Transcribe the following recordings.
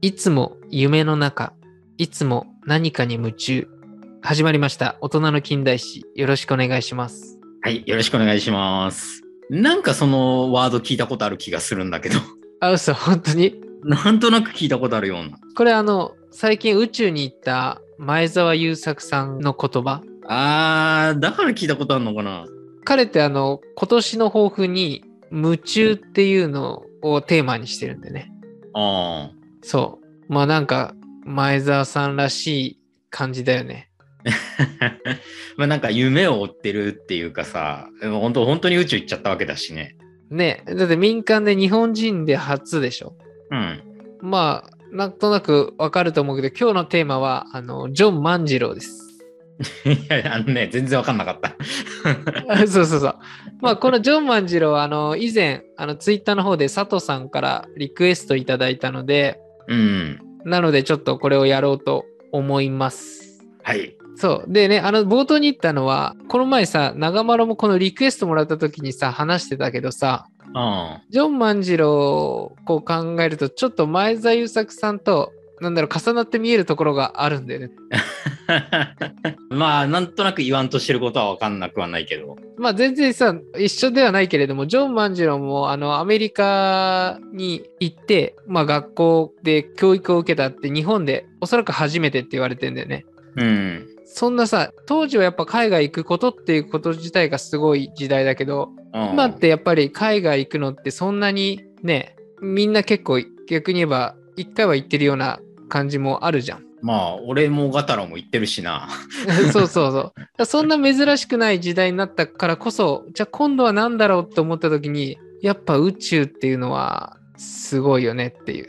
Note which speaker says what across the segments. Speaker 1: いつも夢の中、いつも何かに夢中。始まりました。大人の近代史。よろしくお願いします。
Speaker 2: はい、よろしくお願いします。なんかそのワード聞いたことある気がするんだけど、
Speaker 1: あ、嘘、本当に。
Speaker 2: なんとなく聞いたことあるような。
Speaker 1: これあの、最近宇宙に行った前澤友作さんの言葉。
Speaker 2: あー、だから聞いたことあるのかな。
Speaker 1: 彼ってあの、今年の抱負に夢中っていうのをテーマにしてるんでね。
Speaker 2: あ
Speaker 1: そう。まあなんか、前澤さんらしい感じだよね。
Speaker 2: ー。 まあなんか夢を追ってるっていうかさ、でも本当本当に宇宙行っちゃったわけだしね。
Speaker 1: ねだって民間で日本人で初でしょ。
Speaker 2: うん。
Speaker 1: まあ、なんとなくわかると思うけど、今日のテーマは、あの、ジョン万次郎です。
Speaker 2: いや、あのね、全然わかんなかった。
Speaker 1: あ そうそうそう。まあ、このジョン万次郎は、あの、以前、あの、ツイッターの方で佐藤さんからリクエストいただいたので、
Speaker 2: うん。
Speaker 1: なので、ちょっとこれをやろうと思います。
Speaker 2: はい。
Speaker 1: そう。でね、あの、冒頭に言ったのは、この前さ、長丸もこのリクエストもらった時にさ、話してたけどさ、
Speaker 2: あ
Speaker 1: ジョン万次郎をこう考えると、ちょっと前澤友作さんと、なんだろう、重なって見えるところがあるんだよね。
Speaker 2: ー まあ、なんとなく言わんとしてることはわかんなくはないけど。
Speaker 1: まあ全然さ一緒ではないけれどもジョン万次郎もあのアメリカに行って、まあ、学校で教育を受けたって日本でおそらく初めてって言われてんだよね。
Speaker 2: うん。
Speaker 1: そんなさ当時はやっぱ海外行くことっていうこと自体がすごい時代だけど
Speaker 2: うん
Speaker 1: 今ってやっぱり海外行くのってそんなにねみんな結構逆に言えば一回は行ってるような感じもあるじゃん。
Speaker 2: まあ、俺もガタラも言ってるしな。
Speaker 1: そうそうそう。だからそんな珍しくない時代になったからこそ、じゃあ今度は何だろうと思った時に、やっぱ宇宙っていうのはすごいよねっていう。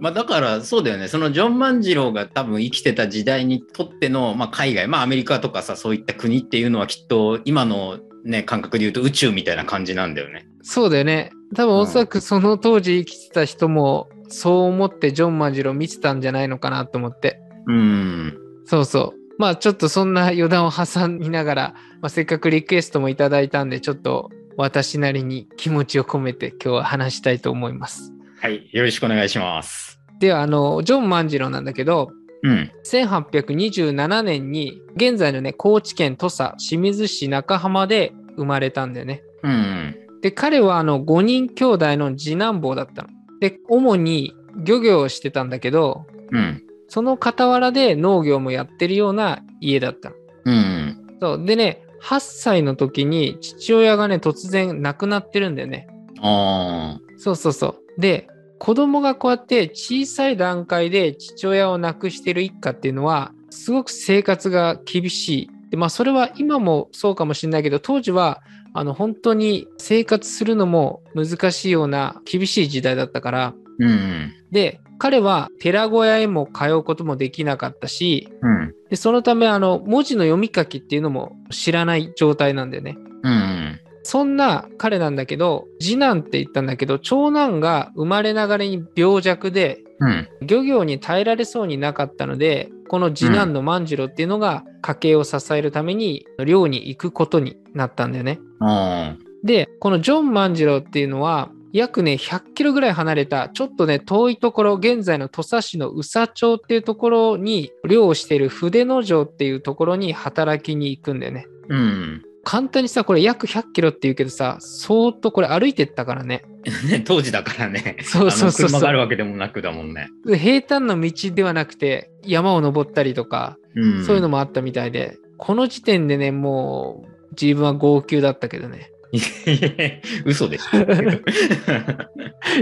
Speaker 2: まあだからそうだよね、そのジョン万次郎が多分生きてた時代にとっての、まあ、海外、まあ、アメリカとかさ、そういった国っていうのはきっと今の、ね、感覚で言うと宇宙みたいな感じなんだよね。
Speaker 1: そうだよね。多分
Speaker 2: うん
Speaker 1: おそらくその当時生きてた人も、そう思ってジョン万次郎見てたんじゃないのかなと思って。
Speaker 2: うん。
Speaker 1: そうそう。まあちょっとそんな余談を挟みながら、まあ、せっかくリクエストもいただいたんで、ちょっと私なりに気持ちを込めて今日は話したいと思います。
Speaker 2: はい、よろしくお願いします。
Speaker 1: では、あの、ジョン万次郎なんだけど、
Speaker 2: うん。
Speaker 1: 1827年に現在のね高知県土佐清水市中浜で生まれたんだよね。
Speaker 2: うん。
Speaker 1: で彼はあの5人兄弟の次男坊だったの。で主に漁業をしてたんだけど
Speaker 2: うん。
Speaker 1: その傍らで農業もやってるような家だったの。
Speaker 2: うん。
Speaker 1: そうでね8歳の時に父親がね突然亡くなってるんだよね。
Speaker 2: あ
Speaker 1: そうそうそう。で子供がこうやって小さい段階で父親を亡くしてる一家っていうのはすごく生活が厳しい。でまあそれは今もそうかもしれないけど当時はあの本当に生活するのも難しいような厳しい時代だったから
Speaker 2: ー。うん。
Speaker 1: で彼は寺小屋へも通うこともできなかったし
Speaker 2: うん。
Speaker 1: でそのためあの文字の読み書きっていうのも知らない状態なんだよね。
Speaker 2: うん。
Speaker 1: そんな彼なんだけど次男って言ったんだけど長男が生まれながらに病弱で
Speaker 2: うん。
Speaker 1: 漁業に耐えられそうになかったのでこの次男の万次郎っていうのが家計を支えるために漁に行くことになったんだよね。
Speaker 2: あ
Speaker 1: でこのジョン万次郎っていうのは約ね100キロぐらい離れたちょっとね遠いところ現在の土佐市の宇佐町っていうところに漁をしている筆之城っていうところに働きに行くんだよね。
Speaker 2: ー。うん。
Speaker 1: 簡単にさこれ約100キロって言うけどさ相当これ歩いてったからね
Speaker 2: ね、当時だからね。
Speaker 1: そうそうそう
Speaker 2: あの車
Speaker 1: そ
Speaker 2: があ
Speaker 1: う
Speaker 2: るわけでもなくだもんね。
Speaker 1: 平坦な道ではなくて山を登ったりとか、
Speaker 2: うん。
Speaker 1: そういうの
Speaker 2: も。
Speaker 1: もあったみたいでこの時点でねもう自分は号泣だったけど ね
Speaker 2: 嘘でしょ。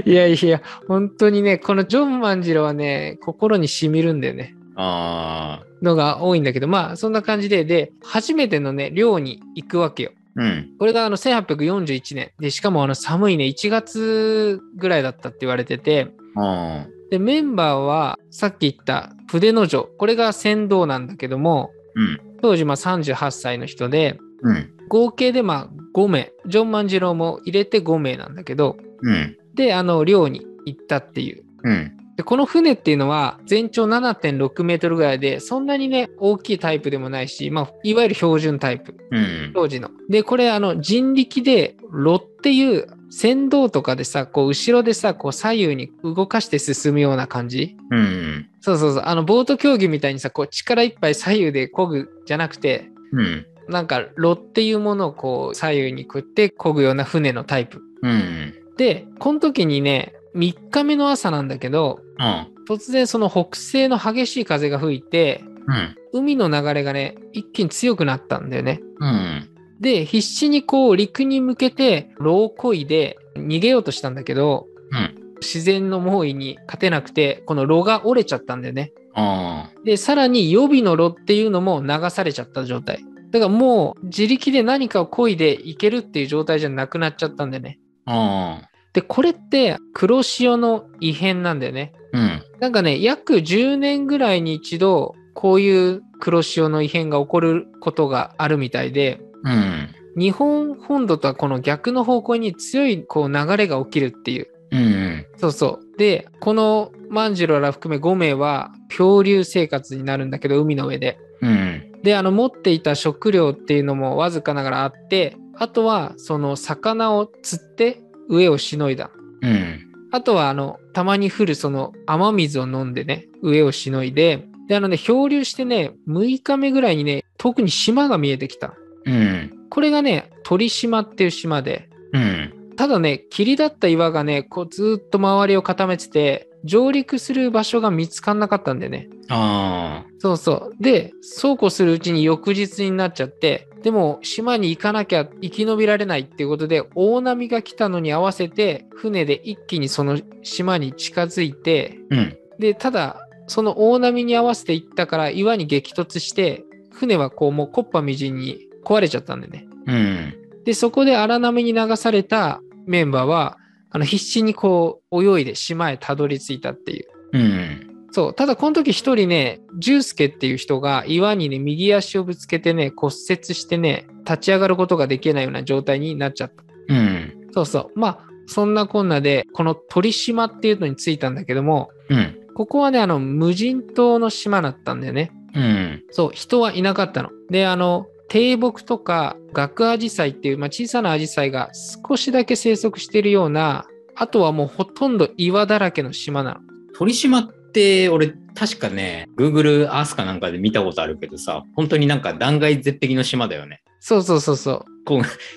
Speaker 1: いやいや本当にねこのジョン万次郎はね心にしみるんだよね
Speaker 2: ああ。
Speaker 1: のが多いんだけどまあそんな感じでで初めてのね漁に行くわけよ
Speaker 2: うん。
Speaker 1: これがあの1841年でしかもあの寒いね1月ぐらいだったって言われてて
Speaker 2: あ
Speaker 1: でメンバーはさっき言った筆の城これが船頭なんだけども
Speaker 2: うん。
Speaker 1: 当時まあ38歳の人で
Speaker 2: うん。
Speaker 1: 合計でまあ5名ジョン万次郎も入れて5名なんだけど
Speaker 2: うん。
Speaker 1: であの漁に行ったっていう
Speaker 2: うん。
Speaker 1: でこの船っていうのは全長7.6メートルぐらいでそんなにね大きいタイプでもないし、まあ、いわゆる標準タイプ
Speaker 2: うん。
Speaker 1: 当時のでこれあの人力で炉っていう船頭とかでさ、こう後ろでさ、こう左右に動かして進むような感じ
Speaker 2: うん。
Speaker 1: そうそうそう、あのボート競技みたいにさ、こう力いっぱい左右で漕ぐじゃなくて、
Speaker 2: うん。
Speaker 1: なんか炉っていうものをこう左右に食って漕ぐような船のタイプ。
Speaker 2: うん。うん。
Speaker 1: で、この時にね、3日目の朝なんだけど、
Speaker 2: あ
Speaker 1: 突然その北西の激しい風が吹いて、
Speaker 2: うん。
Speaker 1: 海の流れがね、一気に強くなったんだよね。
Speaker 2: うん。
Speaker 1: で、必死にこう陸に向けてロー漕いで逃げようとしたんだけど、
Speaker 2: うん。
Speaker 1: 自然の猛威に勝てなくて、この炉が折れちゃったんだよね。
Speaker 2: ああ。
Speaker 1: で、さらに予備の炉っていうのも流されちゃった状態。だからもう自力で何かを漕いでいけるっていう状態じゃなくなっちゃったんだよね。
Speaker 2: ああ。
Speaker 1: で、これって黒潮の異変なんだよね。
Speaker 2: うん。
Speaker 1: なんかね、約10年ぐらいに一度、こういう黒潮の異変が起こることがあるみたいで、
Speaker 2: うん。
Speaker 1: 日本本土とはこの逆の方向に強いこう流れが起きるっていう。
Speaker 2: うん。
Speaker 1: そうそう。で、この万次郎ら含め5名は漂流生活になるんだけど、海の上で。
Speaker 2: うん。
Speaker 1: で、あの、持っていた食料っていうのもわずかながらあって、あとは、その、魚を釣って、飢えをしのいだ。
Speaker 2: うん。
Speaker 1: あとは、あの、たまに降る、その、雨水を飲んでね、飢えをしのいで、で、あのね、漂流してね、6日目ぐらいにね、遠くに島が見えてきた。
Speaker 2: うん。
Speaker 1: これがね、鳥島っていう島で、
Speaker 2: うん。
Speaker 1: ただね、霧だった岩がね、こう、ずーっと周りを固めてて、上陸する場所が見つかんなかったんでね。
Speaker 2: ああ。
Speaker 1: そうそう。で、そうこうするうちに翌日になっちゃって、でも島に行かなきゃ生き延びられないっていうことで、大波が来たのに合わせて、船で一気にその島に近づいて、
Speaker 2: うん。
Speaker 1: で、ただ、その大波に合わせて行ったから岩に激突して、船はこうもう木っ端みじんに壊れちゃったんでね。
Speaker 2: うん。
Speaker 1: で、そこで荒波に流されたメンバーは、あの必死にこう泳いで島へたどり着いたっていう。
Speaker 2: うん。
Speaker 1: そう。ただ、この時一人ね、ジュースケっていう人が岩にね、右足をぶつけてね、骨折してね、立ち上がることができないような状態になっちゃった。
Speaker 2: うん。
Speaker 1: そうそう。まあ、そんなこんなで、この鳥島っていうのに着いたんだけども、
Speaker 2: うん。
Speaker 1: ここはね、あの、無人島の島だったんだよね。
Speaker 2: うん。
Speaker 1: そう、人はいなかったの。で、あの、低木とか額アジサイっていう、まあ、小さなアジサイが少しだけ生息しているような、あとはもうほとんど岩だらけの島なの。
Speaker 2: 鳥島って俺確かね Google Earth かなんかで見たことあるけどさ本当になんか断崖絶壁の島だよね
Speaker 1: そうそうそうそう。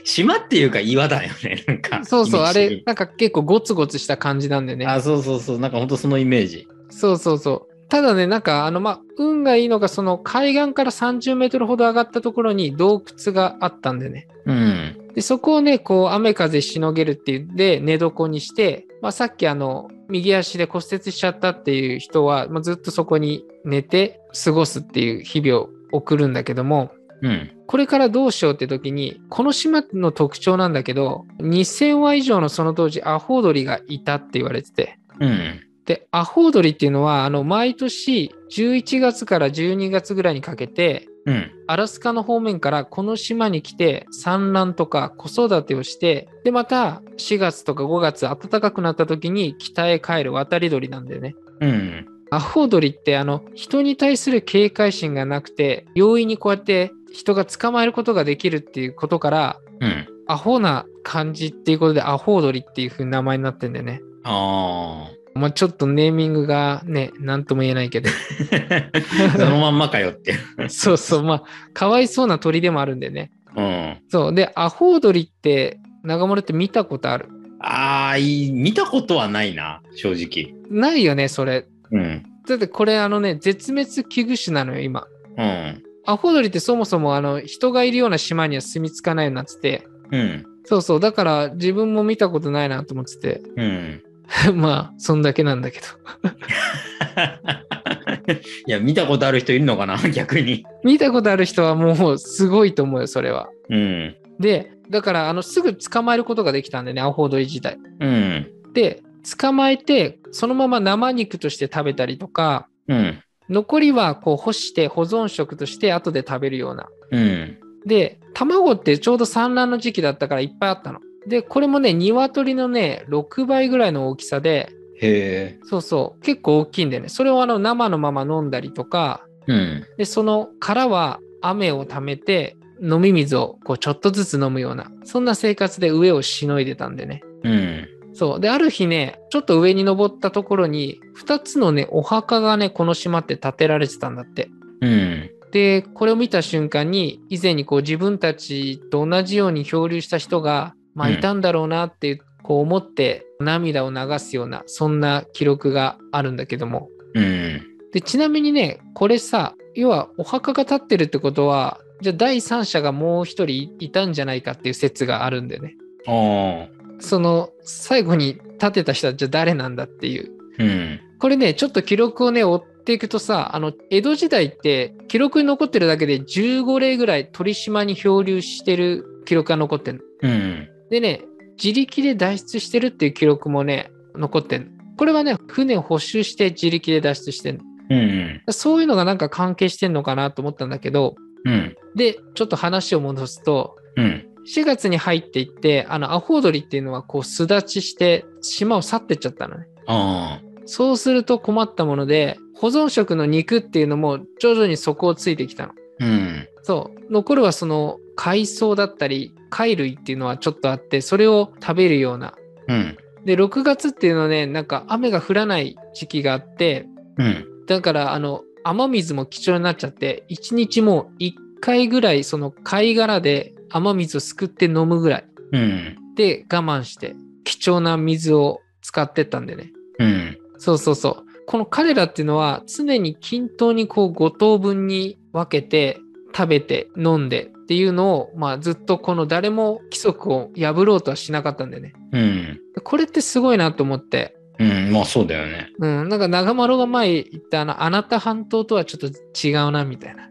Speaker 2: 島っていうか岩だよね なんか
Speaker 1: そうそう、あ
Speaker 2: イメージ
Speaker 1: れ、なんか結構ゴツゴツした感じなんでね。
Speaker 2: あそうそうそうなんか本当そのイメージ
Speaker 1: そうそうそう。ただね、なんか、あの、まあ、運がいいのが、その海岸から30メートルほど上がったところに洞窟があったんでね。
Speaker 2: うん
Speaker 1: で、そこをね、こう、雨風しのげるって言って、寝床にして、まあ、さっきあの、右足で骨折しちゃったっていう人は、まあ、ずっとそこに寝て過ごすっていう日々を送るんだけども、
Speaker 2: うん
Speaker 1: これからどうしようって時に、この島の特徴なんだけど、2000羽以上のその当時、アホウドリがいたって言われてて。
Speaker 2: うん
Speaker 1: で、アホウドリっていうのは、あの、毎年11月から12月ぐらいにかけて、
Speaker 2: うん
Speaker 1: アラスカの方面からこの島に来て産卵とか子育てをして、で、また4月とか5月暖かくなった時に北へ帰る渡り鳥なんだよね。
Speaker 2: うん
Speaker 1: アホウドリってあの人に対する警戒心がなくて容易にこうやって人が捕まえることができるっていうことから
Speaker 2: うん
Speaker 1: アホな感じっていうことでアホウドリっていう風に名前になってんだよね。
Speaker 2: あ
Speaker 1: まあ、ちょっとネーミングがね何とも言えないけど
Speaker 2: ー そのまんまかよっていう
Speaker 1: そうそうまあかわいそうな鳥でもあるんだよね。
Speaker 2: うん
Speaker 1: そうでアホウドリって長森って見たことある
Speaker 2: あーいい見たことはないな正直
Speaker 1: ないよねそれ。
Speaker 2: うん
Speaker 1: だってこれあのね絶滅危惧種なのよ今。
Speaker 2: うん
Speaker 1: アホウドリってそもそもあの人がいるような島には住み着かないようになってて。
Speaker 2: うん
Speaker 1: そうそう、だから自分も見たことないなと思って て、
Speaker 2: うん
Speaker 1: まあ、そんだけなんだけど。
Speaker 2: いや見たことある人いるのかな 逆に
Speaker 1: 見たことある人はもうすごいと思うよ、それは。
Speaker 2: うん
Speaker 1: で、だから、あの、すぐ捕まえることができたんでね、アホウドリ自体。
Speaker 2: うん
Speaker 1: で、捕まえて、そのまま生肉として食べたりとか、
Speaker 2: うん
Speaker 1: 残りはこう干して保存食として後で食べるような。
Speaker 2: うん
Speaker 1: で、卵ってちょうど産卵の時期だったからいっぱいあったの。で、これもね、鶏のね、6倍ぐらいの大きさで、
Speaker 2: へえ
Speaker 1: そうそう、結構大きいんだよね。それをあの生のまま飲んだりとか、
Speaker 2: うん
Speaker 1: で、その殻は雨を溜めて、飲み水をこうちょっとずつ飲むような、そんな生活で飢えをしのいでたんでね。
Speaker 2: うん。
Speaker 1: そう。で、ある日ね、ちょっと上に登ったところに、2つのね、お墓がね、この島って建てられてたんだって。
Speaker 2: うん。
Speaker 1: で、これを見た瞬間に、以前にこう自分たちと同じように漂流した人が、まあ、
Speaker 2: うん
Speaker 1: いたんだろうなって、こう思って、涙を流すような、そんな記録があるんだけども。
Speaker 2: うん。
Speaker 1: で、ちなみにね、これさ、要はお墓が建ってるってことは、じゃあ第三者がもう一人いたんじゃないかっていう説があるんだよね。
Speaker 2: ああ。
Speaker 1: その、最後に建てた人はじゃあ誰なんだっていう。
Speaker 2: うん。
Speaker 1: これね、ちょっと記録をね、追っていくとさ、あの、江戸時代って記録に残ってるだけで15例ぐらい鳥島に漂流してる記録が残ってる
Speaker 2: うん。
Speaker 1: でね、自力で脱出してるっていう記録もね、残ってるこれはね、船を補修して自力で脱出してる
Speaker 2: うん。
Speaker 1: そういうのがなんか関係してんのかなと思ったんだけど、
Speaker 2: うん。
Speaker 1: で、ちょっと話を戻すと、
Speaker 2: うん。
Speaker 1: 4月に入っていって、あの、アホウドリっていうのはこう巣立ちして島を去ってっちゃったのね。
Speaker 2: ああ。
Speaker 1: そうすると困ったもので、保存食の肉っていうのも徐々に底をついてきたの。
Speaker 2: うん。
Speaker 1: そう。残るはその海藻だったり、貝類っていうのはちょっとあって、それを食べるような。
Speaker 2: うん。
Speaker 1: で、6月っていうのはね、なんか雨が降らない時期があって、
Speaker 2: うん。
Speaker 1: だからあの、雨水も貴重になっちゃって、1日も1回ぐらいその貝殻で雨水をすくって飲むぐらい
Speaker 2: うん。
Speaker 1: で我慢して、貴重な水を使ってったんでね。
Speaker 2: うん。
Speaker 1: そうそうそう。この彼らっていうのは常に均等にこう5等分に分けて食べて飲んでっていうのを、まあ、ずっとこの誰も規則を破ろうとはしなかったんだよね。
Speaker 2: うん。
Speaker 1: これってすごいなと思って。
Speaker 2: うん。まあそうだよね。
Speaker 1: うん、なんか長丸が前言ったあの、あなた半島とはちょっと違うなみたいな。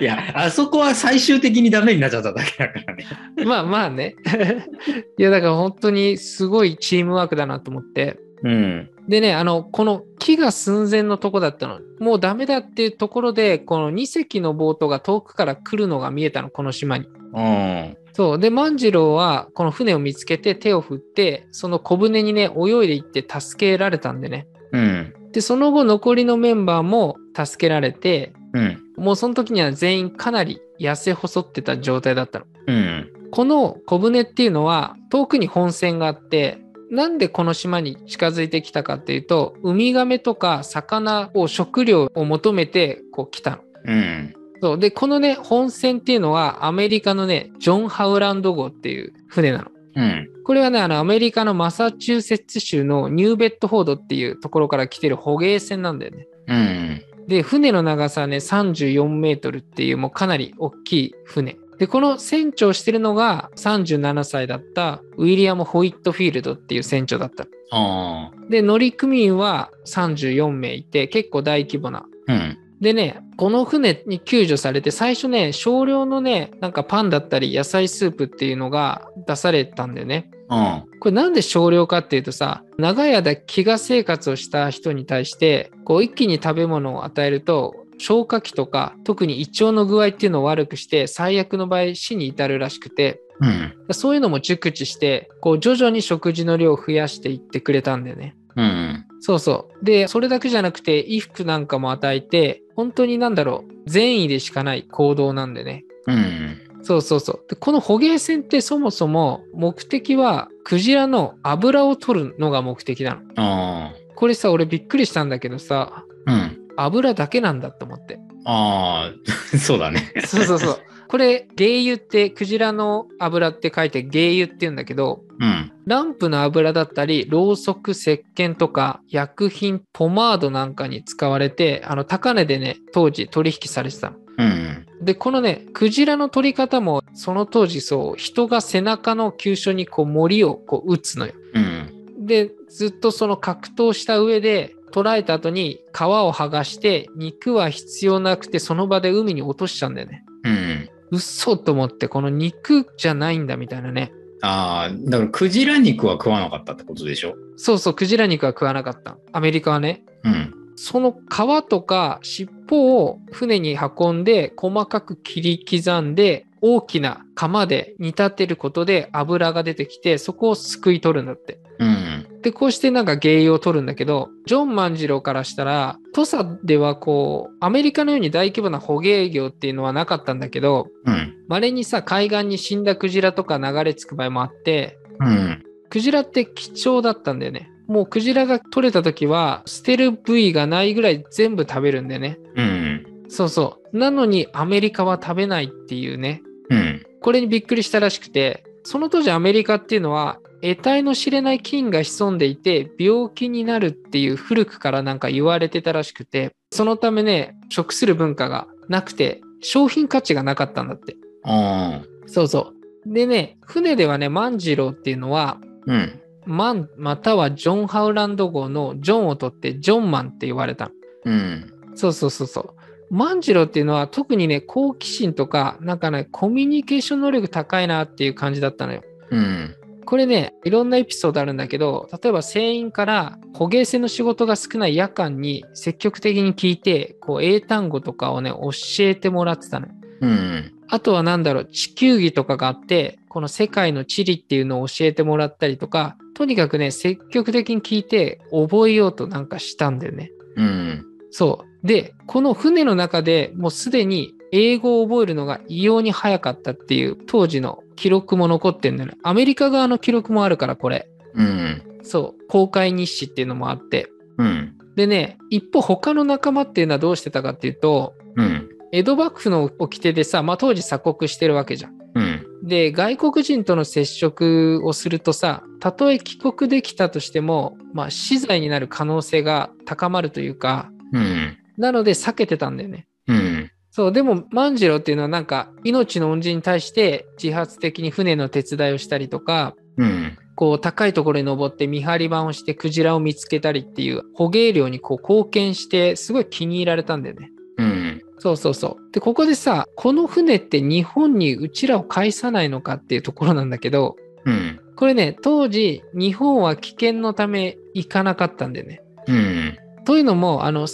Speaker 2: いや、あそこは最終的にダメになっちゃっただけだからね。
Speaker 1: まあまあね。いやだから本当にすごいチームワークだなと思って。
Speaker 2: うん。
Speaker 1: でね、あの、この木が寸前のとこだったの。もうダメだっていうところで、この2隻のボートが遠くから来るのが見えたの、この島に。
Speaker 2: うん。
Speaker 1: そう。で、万次郎は、この船を見つけて手を振って、その小舟にね、泳いでいって助けられたんでね。
Speaker 2: うん。
Speaker 1: で、その後、残りのメンバーも助けられて、
Speaker 2: うん。
Speaker 1: もうその時には全員かなり痩せ細ってた状態だったの。
Speaker 2: うん。
Speaker 1: この小舟っていうのは遠くに本線があってなんでこの島に近づいてきたかっていうとウミガメとか魚を食料を求めてこう来たの。
Speaker 2: うん。
Speaker 1: そうでこのね本線っていうのはアメリカのねジョン・ハウランド号っていう船なの。
Speaker 2: うん。
Speaker 1: これはねあのアメリカのマサチューセッツ州のニューベッドフォードっていうところから来てる捕鯨船なんだよね。
Speaker 2: うん。
Speaker 1: で、船の長さはね、34メートルっていう、もうかなり大きい船。で、この船長をしてるのが37歳だったウィリアム・ホイットフィールドっていう船長だった。
Speaker 2: ああ。
Speaker 1: で、乗組員は34名いて、結構大規模な。
Speaker 2: うん。
Speaker 1: でね、この船に救助されて、最初ね、少量のね、なんかパンだったり野菜スープっていうのが出されたんだよね。
Speaker 2: あ
Speaker 1: これなんで少量かっていうとさ長い間飢餓生活をした人に対してこう一気に食べ物を与えると消化器とか特に胃腸の具合っていうのを悪くして最悪の場合死に至るらしくて
Speaker 2: うん。
Speaker 1: そういうのも熟知してこう徐々に食事の量を増やしていってくれたんだよね。
Speaker 2: うん。
Speaker 1: そうそう。で、それだけじゃなくて衣服なんかも与えて本当になんだろう善意でしかない行動なんでね。
Speaker 2: うん。
Speaker 1: そうそうそう。で、この捕鯨船ってそもそも目的はクジラの油を取るのが目的なの。
Speaker 2: あ
Speaker 1: これさ、俺びっくりしたんだけどさ、
Speaker 2: あ。うん。
Speaker 1: 油だけなんだと思って。
Speaker 2: ああ。そうだね。
Speaker 1: そうそうそう。これ、鯨油ってクジラの油って書いて鯨油って言うんだけど、
Speaker 2: うん。
Speaker 1: ランプの油だったり、ろうそく、石鹸とか、薬品、ポマードなんかに使われて、あの、高値でね、当時取引されてたの。
Speaker 2: うん。
Speaker 1: で、このね、クジラの取り方も、その当時そう、人が背中の急所にこう、森をこう、打つのよ。
Speaker 2: うん。
Speaker 1: で、ずっとその格闘した上で、捕らえた後に皮を剥がして、肉は必要なくて、その場で海に落としちゃうんだよね。
Speaker 2: うん。
Speaker 1: 嘘と思って、この肉じゃないんだみたいなね。
Speaker 2: ああ。だから、クジラ肉は食わなかったってことでしょ
Speaker 1: そうそう、クジラ肉は食わなかった。アメリカはね。
Speaker 2: うん。
Speaker 1: その皮とか尻尾を船に運んで細かく切り刻んで大きな釜で煮立てることで油が出てきてそこをすくい取るんだって。
Speaker 2: うん。
Speaker 1: でこうしてなんか原油を取るんだけどジョン万次郎からしたら土佐ではこうアメリカのように大規模な捕鯨業っていうのはなかったんだけど
Speaker 2: うん。
Speaker 1: 稀にさ海岸に死んだクジラとか流れ着く場合もあって
Speaker 2: うん。
Speaker 1: クジラって貴重だったんだよね。もうクジラが取れた時は捨てる部位がないぐらい全部食べるんだよね。
Speaker 2: うん。
Speaker 1: そうそう。なのにアメリカは食べないっていうね。
Speaker 2: うん。
Speaker 1: これにびっくりしたらしくて、その当時アメリカっていうのは得体の知れない菌が潜んでいて病気になるっていう古くからなんか言われてたらしくて、そのためね、食する文化がなくて商品価値がなかったんだって。
Speaker 2: ああ。
Speaker 1: そうそう。でね、船ではね、万次郎っていうのは
Speaker 2: うん。
Speaker 1: マンまたはジョン・ハウランド号のジョンを取ってジョンマンって言われた
Speaker 2: うん。
Speaker 1: そうそうそうそう万次郎っていうのは特にね好奇心とかなんかねコミュニケーション能力高いなっていう感じだったのよ
Speaker 2: うん。
Speaker 1: これねいろんなエピソードあるんだけど例えば船員から捕鯨船の仕事が少ない夜間に積極的に聞いてこう英単語とかをね教えてもらってたのよ
Speaker 2: うん。
Speaker 1: あとはなんだろう、地球儀とかがあって、この世界の地理っていうのを教えてもらったりとか、とにかくね、積極的に聞いて覚えようとなんかしたんだよね。
Speaker 2: うん。
Speaker 1: そう。で、この船の中でもうすでに英語を覚えるのが異様に早かったっていう当時の記録も残ってんだよね。アメリカ側の記録もあるから、これ。
Speaker 2: うん。
Speaker 1: そう。公開日誌っていうのもあって。
Speaker 2: うん。
Speaker 1: でね、一方他の仲間っていうのはどうしてたかっていうと、
Speaker 2: うん。
Speaker 1: 江戸幕府の掟でさ、まあ当時鎖国してるわけじゃん。
Speaker 2: うん。
Speaker 1: で外国人との接触をするとさたとえ帰国できたとしても、まあ、資材になる可能性が高まるというか
Speaker 2: うん。
Speaker 1: なので避けてたんだよね。
Speaker 2: うん。
Speaker 1: そうでも万次郎っていうのはなんか命の恩人に対して自発的に船の手伝いをしたりとか
Speaker 2: うん。
Speaker 1: こう高いところに登って見張り板をしてクジラを見つけたりっていう捕鯨漁にこう貢献してすごい気に入られたんだよね。
Speaker 2: うん。
Speaker 1: そうそうそう。でここでさこの船って日本にうちらを返さないのかっていうところなんだけど
Speaker 2: うん。
Speaker 1: これね、当時、日本は危険のため行かなかったんでね。
Speaker 2: うん。
Speaker 1: というのも、あの、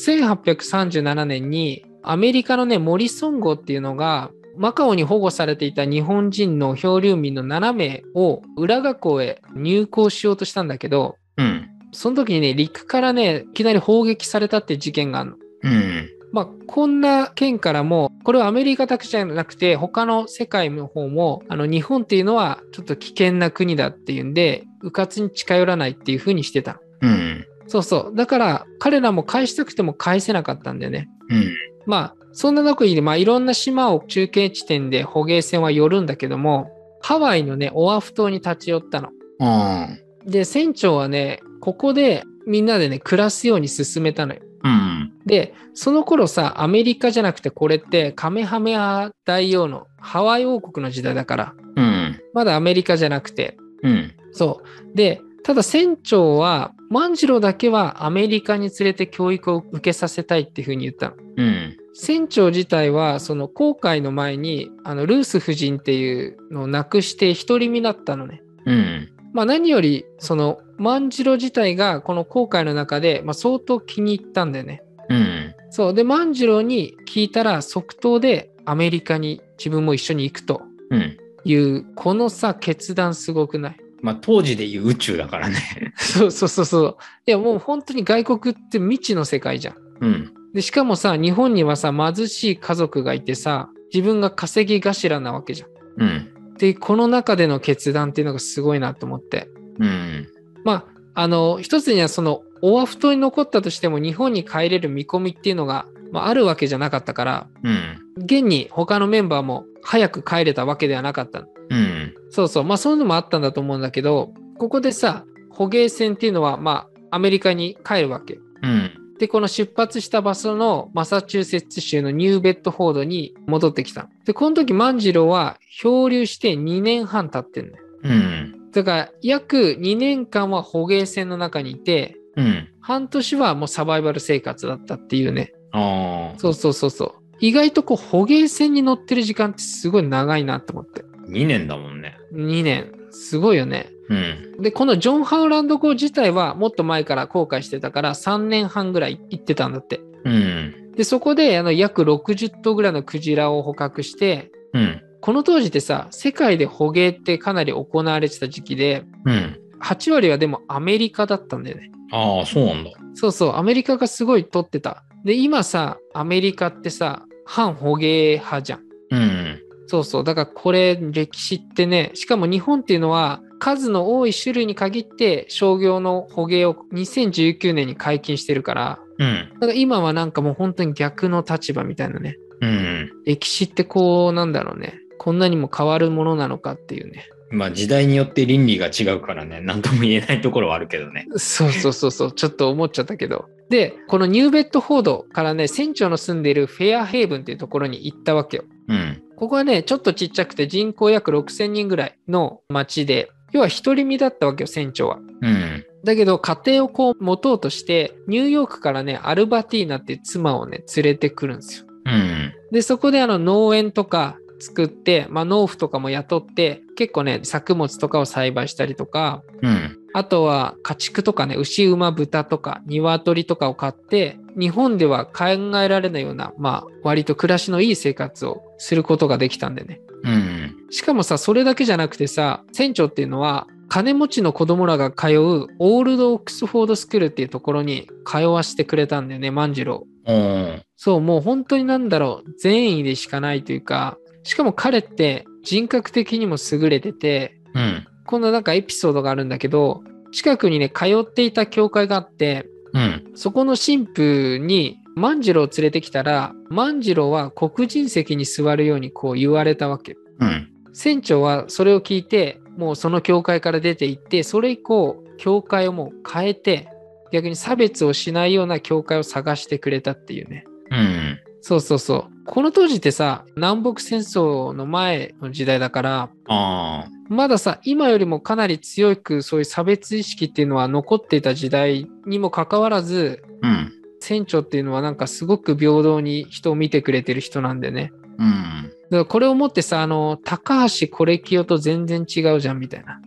Speaker 1: 1837年に、アメリカのね、モリソン号っていうのが、マカオに保護されていた日本人の漂流民の7名を浦賀港へ入港しようとしたんだけど、
Speaker 2: うん。
Speaker 1: その時にね、陸からね、いきなり砲撃されたっていう事件があるの。
Speaker 2: うん。
Speaker 1: まあ、こんな件からも、これはアメリカだけじゃなくて、他の世界の方も、あの日本っていうのはちょっと危険な国だっていうんで、うかつに近寄らないっていう風にしてたの。
Speaker 2: うん。
Speaker 1: そうそう。だから、彼らも返したくても返せなかったんだよね。
Speaker 2: うん。
Speaker 1: まあ、そんな中で、まあ、いろんな島を中継地点で捕鯨船は寄るんだけども、ハワイのね、オアフ島に立ち寄ったの。
Speaker 2: ああ。
Speaker 1: で、船長はね、ここでみんなでね、暮らすように進めたのよ。
Speaker 2: うん。
Speaker 1: で、その頃さ、アメリカじゃなくてこれってカメハメハ大王のハワイ王国の時代だから、
Speaker 2: うん。
Speaker 1: まだアメリカじゃなくて、
Speaker 2: うん。
Speaker 1: そう。で、ただ船長は、万次郎だけはアメリカに連れて教育を受けさせたいっていうふうに言ったの。
Speaker 2: うん。
Speaker 1: 船長自体は、その航海の前に、あの、ルース夫人っていうのを亡くして独り身だったのね。
Speaker 2: うん。
Speaker 1: まあ何より、その、万次郎自体がこの航海の中で、まあ相当気に入ったんだよね。
Speaker 2: うん。
Speaker 1: そうで万次郎に聞いたら即答でアメリカに自分も一緒に行くと
Speaker 2: うん。
Speaker 1: いうこのさ決断すごくない
Speaker 2: まあ、当時でいう宇宙だからね。
Speaker 1: そうそうそうそういやもう本当に外国って未知の世界じゃん
Speaker 2: うん。
Speaker 1: でしかもさ日本にはさ貧しい家族がいてさ自分が稼ぎ頭なわけじゃん
Speaker 2: うん。
Speaker 1: でこの中での決断っていうのがすごいなと思って
Speaker 2: うん。
Speaker 1: まああの一つにはそのオアフ島に残ったとしても日本に帰れる見込みっていうのが、まあ、あるわけじゃなかったから
Speaker 2: うん。
Speaker 1: 現に他のメンバーも早く帰れたわけではなかったの
Speaker 2: うん。
Speaker 1: そうそうまあそういうのもあったんだと思うんだけどここでさ捕鯨船っていうのはまあアメリカに帰るわけ
Speaker 2: うん。
Speaker 1: でこの出発した場所のマサチューセッツ州のニューベッドフォードに戻ってきたのでこの時万次郎は漂流して2年半経ってんのよ
Speaker 2: うん。
Speaker 1: だから約2年間は捕鯨船の中にいて
Speaker 2: うん。
Speaker 1: 半年はもうサバイバル生活だったっていうね
Speaker 2: ああ。
Speaker 1: そうそうそうそう意外とこう捕鯨船に乗ってる時間ってすごい長いなと思って
Speaker 2: 2年だもんね。
Speaker 1: 2年すごいよね
Speaker 2: うん。
Speaker 1: でこのジョン・ハウランド号自体はもっと前から後悔してたから3年半ぐらい行ってたんだって
Speaker 2: うん。
Speaker 1: でそこであの約60頭ぐらいのクジラを捕獲して
Speaker 2: うん。
Speaker 1: この当時ってさ世界で捕鯨ってかなり行われてた時期で
Speaker 2: うん。
Speaker 1: 8割はでもアメリカだったんだよね
Speaker 2: ああ、そうなんだ。
Speaker 1: そうそうアメリカがすごい取ってたで今さアメリカってさ反捕鯨派じゃん
Speaker 2: うん。
Speaker 1: そうそう。だからこれ、歴史ってね、しかも日本っていうのは、数の多い種類に限って商業の捕鯨を2019年に解禁してるから、
Speaker 2: うん。
Speaker 1: だから今はなんかもう本当に逆の立場みたいなね。
Speaker 2: うん。
Speaker 1: 歴史ってこうなんだろうね。こんなにも変わるものなのかっていうね。
Speaker 2: まあ時代によって倫理が違うからね、何とも言えないところはあるけどね。
Speaker 1: そうそうそうそう、ちょっと思っちゃったけど。で、このニューベッドフォードからね、船長の住んでいるフェアヘイブンっていうところに行ったわけよ。
Speaker 2: うん。
Speaker 1: ここはね、ちょっとちっちゃくて人口約6000人ぐらいの町で、要は独り身だったわけよ、船長は。
Speaker 2: うん。
Speaker 1: だけど、家庭をこう持とうとして、ニューヨークからね、アルバティーナっていう妻をね、連れてくるんですよ。
Speaker 2: うん。
Speaker 1: で、そこであの農園とか作って、まあ、農夫とかも雇って、結構ね、作物とかを栽培したりとか、
Speaker 2: うん。
Speaker 1: あとは家畜とかね、牛、馬、豚とか、鶏とかを買って、日本では考えられないような、まあ、割と暮らしのいい生活をすることができたんでね。
Speaker 2: うん。
Speaker 1: しかもさ、それだけじゃなくてさ、船長っていうのは、金持ちの子供らが通うオールド・オックスフォード・スクールっていうところに通わせてくれたんだよね、万次郎を。
Speaker 2: お
Speaker 1: そう、もう本当になんだろう、善意でしかないというか、しかも彼って人格的にも優れてて、
Speaker 2: うん。
Speaker 1: このなんかエピソードがあるんだけど、近くにね、通っていた教会があって、
Speaker 2: うん。
Speaker 1: そこの神父に万次郎を連れてきたら、万次郎は黒人席に座るようにこう言われたわけ。
Speaker 2: うん。
Speaker 1: 船長はそれを聞いて、もうその教会から出て行って、それ以降、教会をもう変えて、逆に差別をしないような教会を探してくれたっていうね。
Speaker 2: うん。
Speaker 1: そうそうそう。この当時ってさ、南北戦争の前の時代だから、
Speaker 2: ああ。
Speaker 1: まださ、今よりもかなり強くそういう差別意識っていうのは残っていた時代にもかかわらず、
Speaker 2: うん。
Speaker 1: 船長っていうのはなんかすごく平等に人を見てくれてる人なんでね。
Speaker 2: うん。
Speaker 1: だからこれをもってさ、あの、高橋コレキオと全然違うじゃんみたいな。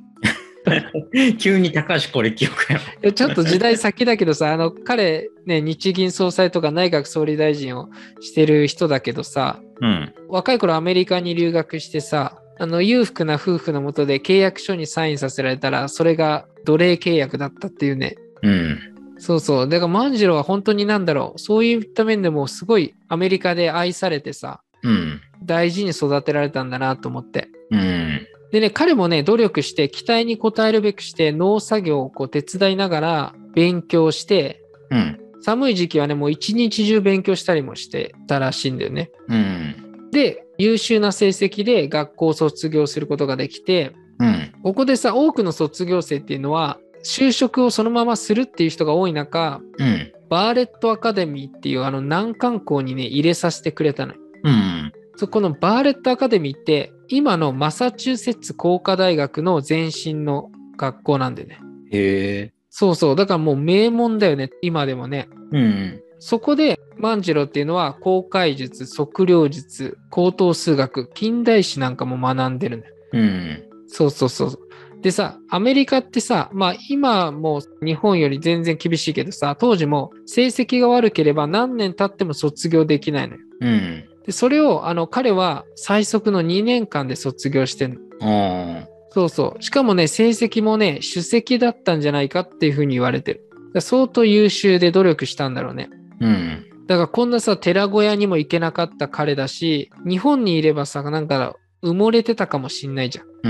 Speaker 2: 急に高橋これ記憶やろ。
Speaker 1: いやちょっと時代先だけどさ、あの、彼、ね、日銀総裁とか内閣総理大臣をしてる人だけどさ、
Speaker 2: うん。
Speaker 1: 若い頃アメリカに留学してさあの裕福な夫婦のもとで契約書にサインさせられたらそれが奴隷契約だったっていうね
Speaker 2: うん。
Speaker 1: そうそうだから万次郎は本当になんだろうそういった面でもすごいアメリカで愛されてさ
Speaker 2: うん。
Speaker 1: 大事に育てられたんだなと思って
Speaker 2: うん。
Speaker 1: でね彼もね努力して期待に応えるべくして農作業をこう手伝いながら勉強して
Speaker 2: うん。
Speaker 1: 寒い時期はねもう一日中勉強したりもしてたらしいんだよね
Speaker 2: うん。
Speaker 1: で優秀な成績で学校を卒業することができて
Speaker 2: うん。
Speaker 1: ここでさ多くの卒業生っていうのは就職をそのままするっていう人が多い中
Speaker 2: うん。
Speaker 1: バーレットアカデミーっていうあの難関校にね入れさせてくれたのよ
Speaker 2: うん。
Speaker 1: そこのバーレットアカデミーって今のマサチューセッツ工科大学の前身の学校なんでね
Speaker 2: へえ。
Speaker 1: そうそうだからもう名門だよね今でもね
Speaker 2: うん。
Speaker 1: そこで万次郎っていうのは公開術測量術高等数学近代史なんかも学んでるのよ
Speaker 2: うん。
Speaker 1: そうそうそうでさアメリカってさまあ今もう日本より全然厳しいけどさ当時も成績が悪ければ何年経っても卒業できないのよ
Speaker 2: うん。
Speaker 1: でそれをあの彼は最速の2年間で卒業してんの
Speaker 2: ああ。
Speaker 1: そうそうしかもね成績もね首席だったんじゃないかっていうふうに言われてるだから相当優秀で努力したんだろうね
Speaker 2: うん。
Speaker 1: だからこんなさ寺小屋にも行けなかった彼だし日本にいればさなんか埋もれてたかもしんないじゃん。
Speaker 2: う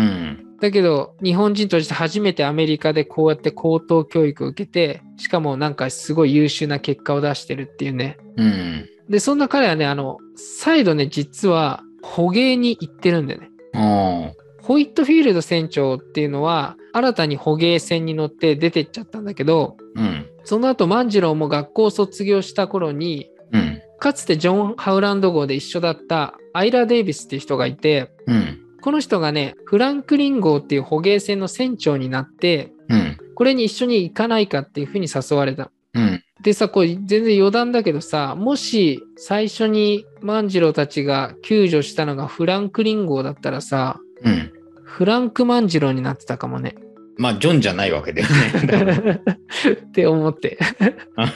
Speaker 2: ん。
Speaker 1: だけど日本人として初めてアメリカでこうやって高等教育を受けてしかもなんかすごい優秀な結果を出してるっていうね。
Speaker 2: うん。
Speaker 1: でそんな彼はねあの再度ね実は捕鯨に行ってるんだよね。
Speaker 2: ああ。
Speaker 1: ホイットフィールド船長っていうのは新たに捕鯨船に乗って出てっちゃったんだけど
Speaker 2: うん。
Speaker 1: その後万次郎も学校を卒業した頃に
Speaker 2: うん。
Speaker 1: かつてジョン・ハウランド号で一緒だったアイラ・デイビスっていう人がいて
Speaker 2: うん。
Speaker 1: この人がねフランクリン号っていう捕鯨船の船長になって
Speaker 2: うん。
Speaker 1: これに一緒に行かないかっていうふうに誘われた。
Speaker 2: うん。
Speaker 1: でさこれ全然余談だけどさもし最初に万次郎たちが救助したのがフランクリン号だったらさ
Speaker 2: うん。
Speaker 1: フランク万次郎になってたかもね
Speaker 2: まあ、ジョンじゃないわけだよね。
Speaker 1: って思って
Speaker 2: あ。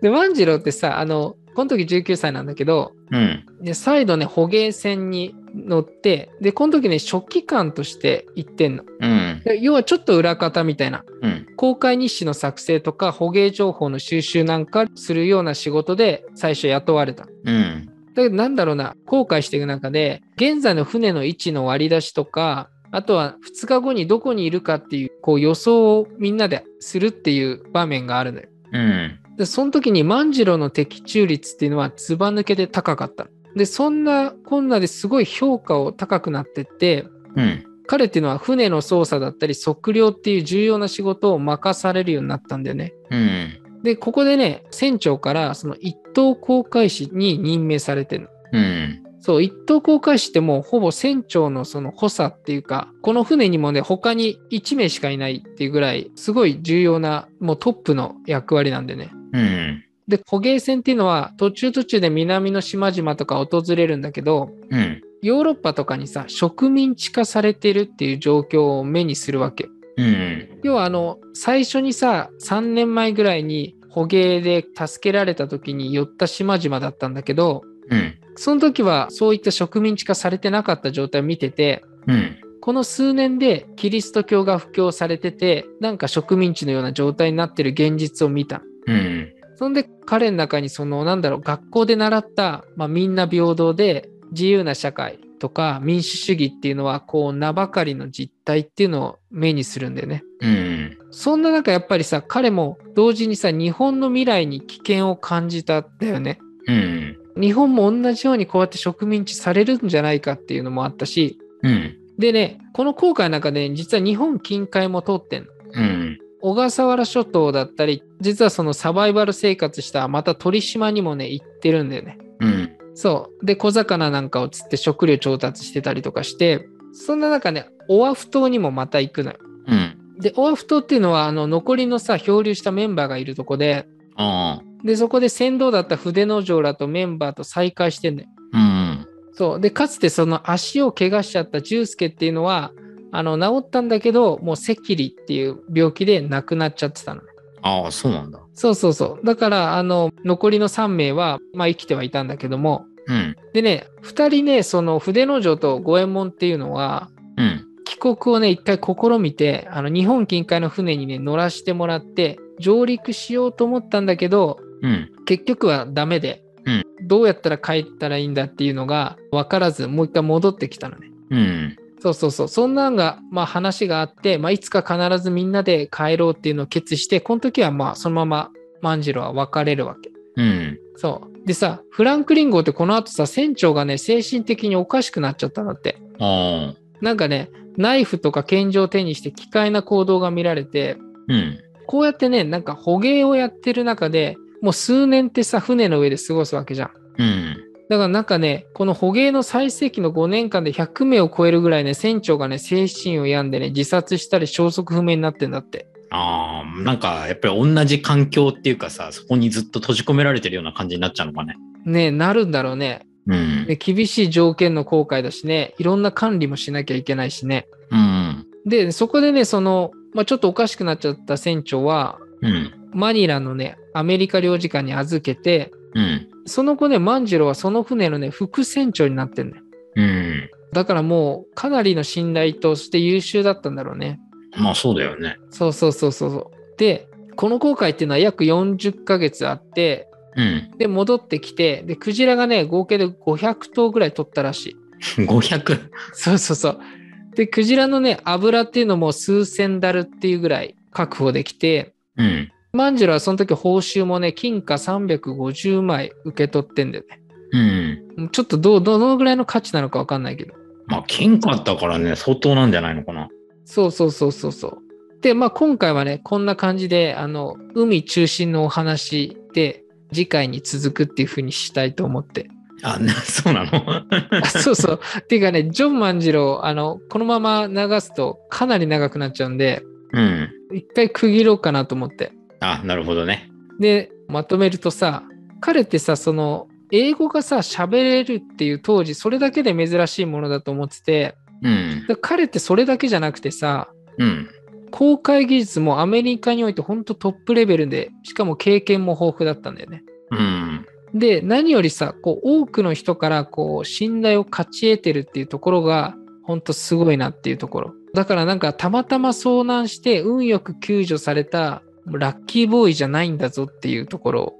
Speaker 1: で万次郎ってさあのこの時19歳なんだけど
Speaker 2: うん。
Speaker 1: で再度ね捕鯨船に乗ってでこの時ね書記官として行ってんの
Speaker 2: うん。
Speaker 1: で要はちょっと裏方みたいな
Speaker 2: うん。
Speaker 1: 公開日誌の作成とか捕鯨情報の収集なんかするような仕事で最初雇われただ
Speaker 2: うん。
Speaker 1: けどなんだろうな後悔していく中で現在の船の位置の割り出しとかあとは2日後にどこにいるかっていうこう予想をみんなでするっていう場面があるのよ。
Speaker 2: うん。
Speaker 1: でその時に万次郎の的中率っていうのはずば抜けで高かったの。でそんなこんなですごい評価を高くなってって
Speaker 2: うん。
Speaker 1: 彼っていうのは船の操作だったり測量っていう重要な仕事を任されるようになったんだよね。
Speaker 2: うん。
Speaker 1: でここでね船長からその一等航海士に任命されてるの。
Speaker 2: うん。
Speaker 1: そう一等航海士ってもうほぼ船長のその補佐っていうかこの船にもね他に1名しかいないっていうぐらいすごい重要なもうトップの役割なんでね。
Speaker 2: うん。
Speaker 1: で捕鯨船っていうのは途中途中で南の島々とか訪れるんだけど
Speaker 2: うん。
Speaker 1: ヨーロッパとかにさ植民地化されてるっていう状況を目にするわけよ
Speaker 2: うん。
Speaker 1: 要はあの最初にさ3年前ぐらいに捕鯨で助けられた時に寄った島々だったんだけど
Speaker 2: うん。
Speaker 1: その時はそういった植民地化されてなかった状態を見てて
Speaker 2: うん。
Speaker 1: この数年でキリスト教が布教されててなんか植民地のような状態になってる現実を見た
Speaker 2: うん。
Speaker 1: そんで彼の中にそのなんだろう学校で習った、まあ、みんな平等で自由な社会とか民主主義っていうのはこう名ばかりの実態っていうのを目にするんだよね。
Speaker 2: うん。
Speaker 1: そんな中やっぱりさ彼も同時にさ日本の未来に危険を感じたんだよね。
Speaker 2: うん。
Speaker 1: 日本も同じようにこうやって植民地されるんじゃないかっていうのもあったし
Speaker 2: うん。
Speaker 1: でねこの航海の中で、実は日本近海も通ってんの
Speaker 2: うん。
Speaker 1: 小笠原諸島だったり実はそのサバイバル生活したまた鳥島にもね行ってるんだよね
Speaker 2: うん。
Speaker 1: そうで小魚なんかを釣って食料調達してたりとかしてそんな中ねオアフ島にもまた行くのよ
Speaker 2: うん。
Speaker 1: でオアフ島っていうのはあの残りのさ漂流したメンバーがいるとこで
Speaker 2: ああ。
Speaker 1: でそこで船頭だった筆の城らとメンバーと再会してんだよ
Speaker 2: うん。
Speaker 1: そうでかつてその足を怪我しちゃったジュースケっていうのはあの治ったんだけどもう赤痢っていう病気で亡くなっちゃってたの
Speaker 2: ああ、そうなんだ。
Speaker 1: そうそうそう。だから、あの、残りの3名は、まあ生きてはいたんだけども、
Speaker 2: うん。
Speaker 1: でね、2人ね、その筆の城と五右衛門っていうのは、
Speaker 2: うん。
Speaker 1: 帰国をね、一回試みて、あの、日本近海の船にね、乗らしてもらって、上陸しようと思ったんだけど、
Speaker 2: うん。
Speaker 1: 結局はダメで、
Speaker 2: うん
Speaker 1: どうやったら帰ったらいいんだっていうのが分からず、もう一回戻ってきたのね。
Speaker 2: うん。
Speaker 1: そうそうそう。そんなんが、まあ話があって、まあいつか必ずみんなで帰ろうっていうのを決意して、この時はまあそのまま万次郎は別れるわけ。
Speaker 2: うん。
Speaker 1: そう。でさ、フランクリン号ってこの後さ、船長がね、精神的におかしくなっちゃったんだって。
Speaker 2: ああ。
Speaker 1: なんかね、ナイフとか拳銃を手にして奇怪な行動が見られて、
Speaker 2: うん。
Speaker 1: こうやってね、なんか捕鯨をやってる中で、もう数年ってさ、船の上で過ごすわけじゃん。
Speaker 2: うん。
Speaker 1: だからなんかね、この捕鯨の最盛期の5年間で100名を超えるぐらいね、船長がね、精神を病んでね、自殺したり消息不明になってんだって。
Speaker 2: ああ、なんか、やっぱり同じ環境っていうかさ、そこにずっと閉じ込められてるような感じになっちゃうのかね。
Speaker 1: ねえなるんだろうね。
Speaker 2: うん。
Speaker 1: で厳しい条件の航海だしね、いろんな管理もしなきゃいけないしね。
Speaker 2: うん。
Speaker 1: で、そこでね、その、まあ、ちょっとおかしくなっちゃった船長は、
Speaker 2: うん。
Speaker 1: マニラのね、アメリカ領事館に預けて、
Speaker 2: うん。
Speaker 1: その後ね、万次郎はその船のね、副船長になってんだよ。
Speaker 2: うん。
Speaker 1: だからもう、かなりの信頼として優秀だったんだろうね。
Speaker 2: まあ、そうだよね。
Speaker 1: そうそうそうそうそう。で、この航海っていうのは約40ヶ月あって、
Speaker 2: うん。
Speaker 1: で、戻ってきて、で、クジラがね、合計で500頭ぐらい取ったらしい。
Speaker 2: 500。
Speaker 1: そうそうそう。で、クジラのね、油っていうのも数千ダルっていうぐらい確保できて、
Speaker 2: うん。
Speaker 1: マンジュラはその時報酬もね、金貨350枚受け取ってんだよね。
Speaker 2: うん。
Speaker 1: ちょっとどう、どのぐらいの価値なのかわかんないけど。
Speaker 2: まあ、金貨あったからね、相当なんじゃないのかな。
Speaker 1: そうそうそうそうそう。で、まあ今回はね、こんな感じで、あの、海中心のお話で、次回に続くっていう風にしたいと思って。
Speaker 2: あ、なそうなの
Speaker 1: あそうそう。っていうかね、ジョン万次郎、あの、このまま流すとかなり長くなっちゃうんで、
Speaker 2: うん。
Speaker 1: 一回区切ろうかなと思って。
Speaker 2: あ、なるほどね。
Speaker 1: で、まとめるとさ、彼ってさ、その、英語がさ、喋れるっていう当時、それだけで珍しいものだと思ってて、
Speaker 2: うん。
Speaker 1: で彼ってそれだけじゃなくてさ、
Speaker 2: うん。
Speaker 1: 公開技術もアメリカにおいて本当トップレベルで、しかも経験も豊富だったんだよね。
Speaker 2: うん。
Speaker 1: で、何よりさ、こう多くの人からこう信頼を勝ち得てるっていうところが本当すごいなっていうところ。だからなんかたまたま遭難して運よく救助されたラッキーボーイじゃないんだぞっていうところ。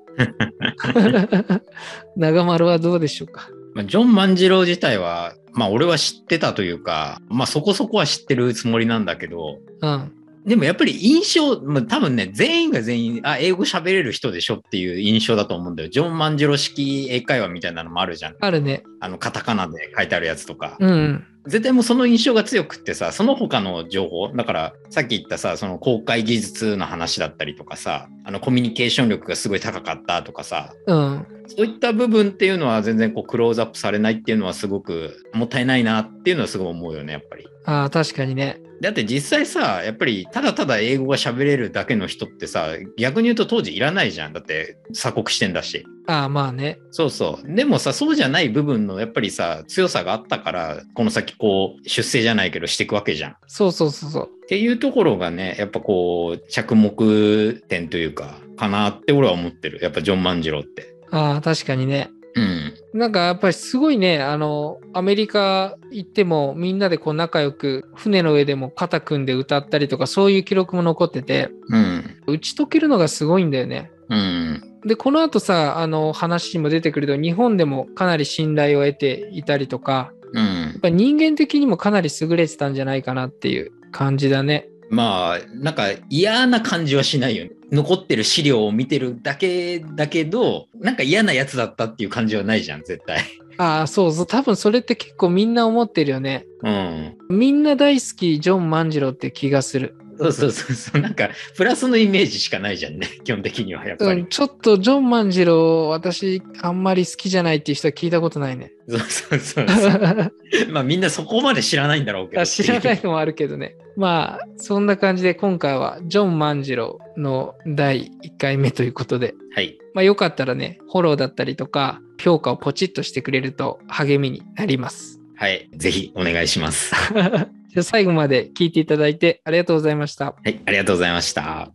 Speaker 1: 長丸はどうでしょうか
Speaker 2: まあジョン万次郎自体は、まあ俺は知ってたというか、まあそこそこは知ってるつもりなんだけど、
Speaker 1: うん。
Speaker 2: でもやっぱり印象、まあ、多分ね、全員が全員、あ、英語喋れる人でしょっていう印象だと思うんだよ。ジョン万次郎式英会話みたいなのもあるじゃん。
Speaker 1: あるね。
Speaker 2: あの、カタカナで書いてあるやつとか。
Speaker 1: うんうん。
Speaker 2: 絶対もうその印象が強くってさその他の情報だからさっき言ったさその公開技術の話だったりとかさあのコミュニケーション力がすごい高かったとかさ
Speaker 1: うん。
Speaker 2: そういった部分っていうのは全然こうクローズアップされないっていうのはすごくもったいないなっていうのはすごい思うよねやっぱり。
Speaker 1: ああ、確かにね。
Speaker 2: だって実際さやっぱりただただ英語が喋れるだけの人ってさ逆に言うと当時いらないじゃんだって鎖国してんだし。
Speaker 1: ああ、まあね。
Speaker 2: そうそう。でもさ、そうじゃない部分のやっぱりさ、強さがあったから、この先こう、出世じゃないけどしていくわけじゃん。っ
Speaker 1: そうそうそうそう。
Speaker 2: ていうところがね、やっぱこう、着目点というか、かなって俺は思ってる。やっぱジョン万次郎って。
Speaker 1: ああ、確かにね。
Speaker 2: うん。
Speaker 1: なんかやっぱりすごいね、あの、アメリカ行ってもみんなでこう仲良く、船の上でも肩組んで歌ったりとか、そういう記録も残ってて、
Speaker 2: うん。
Speaker 1: 打ち解けるのがすごいんだよね。
Speaker 2: うん。
Speaker 1: で、この後さ、あの話にも出てくるけど、日本でもかなり信頼を得ていたりとか、
Speaker 2: うん
Speaker 1: やっ。ぱ人間的にもかなり優れてたんじゃないかなっていう感じだね。
Speaker 2: まあ、なんか嫌な感じはしないよね。残ってる資料を見てるだけだけど、なんか嫌なやつだったっていう感じはないじゃん、絶対。
Speaker 1: ああ、そうそう、多分それって結構みんな思ってるよね。
Speaker 2: うん。
Speaker 1: みんな大好き、ジョン万次郎って気がする。
Speaker 2: そうそうそうそう。なんか、プラスのイメージしかないじゃんね。基本的には、やっぱ
Speaker 1: う
Speaker 2: り
Speaker 1: ん、。ちょっとジョン万次郎、私、あんまり好きじゃないっていう人は聞いたことないね。
Speaker 2: そうそうそう そう。まあ、みんなそこまで知らないんだろうけど。。
Speaker 1: 知らないいのもあるけどね。まあ、そんな感じで今回はジョン万次郎の第1回目ということで、
Speaker 2: はい。
Speaker 1: まあよかったらね、フォローだったりとか、評価をポチッとしてくれると励みになります。
Speaker 2: はい。ぜひ、お願いします。
Speaker 1: じゃあ最後まで聞いていただいてありがとうございました。
Speaker 2: はい。ありがとうございました。